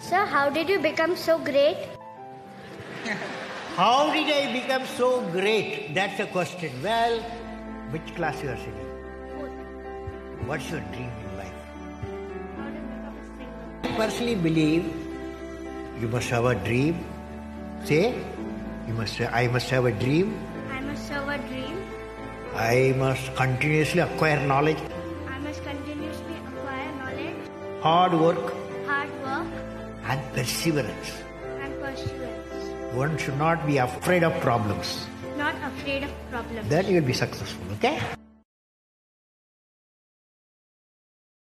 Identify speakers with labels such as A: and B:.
A: Sir, how did you become so great?
B: How did I become so great? That's the question. Well, which class you are sitting? What's your dream in life? I personally believe you must have a dream. Say, you must. I must have a dream.
A: I must serve a dream.
B: I must continuously acquire knowledge,
A: I must continuously acquire knowledge,
B: hard work,
A: hard work,
B: and perseverance.
A: and perseverance.
B: One should not be afraid of problems.
A: Not afraid of problems.
B: Then you will be successful. Okay.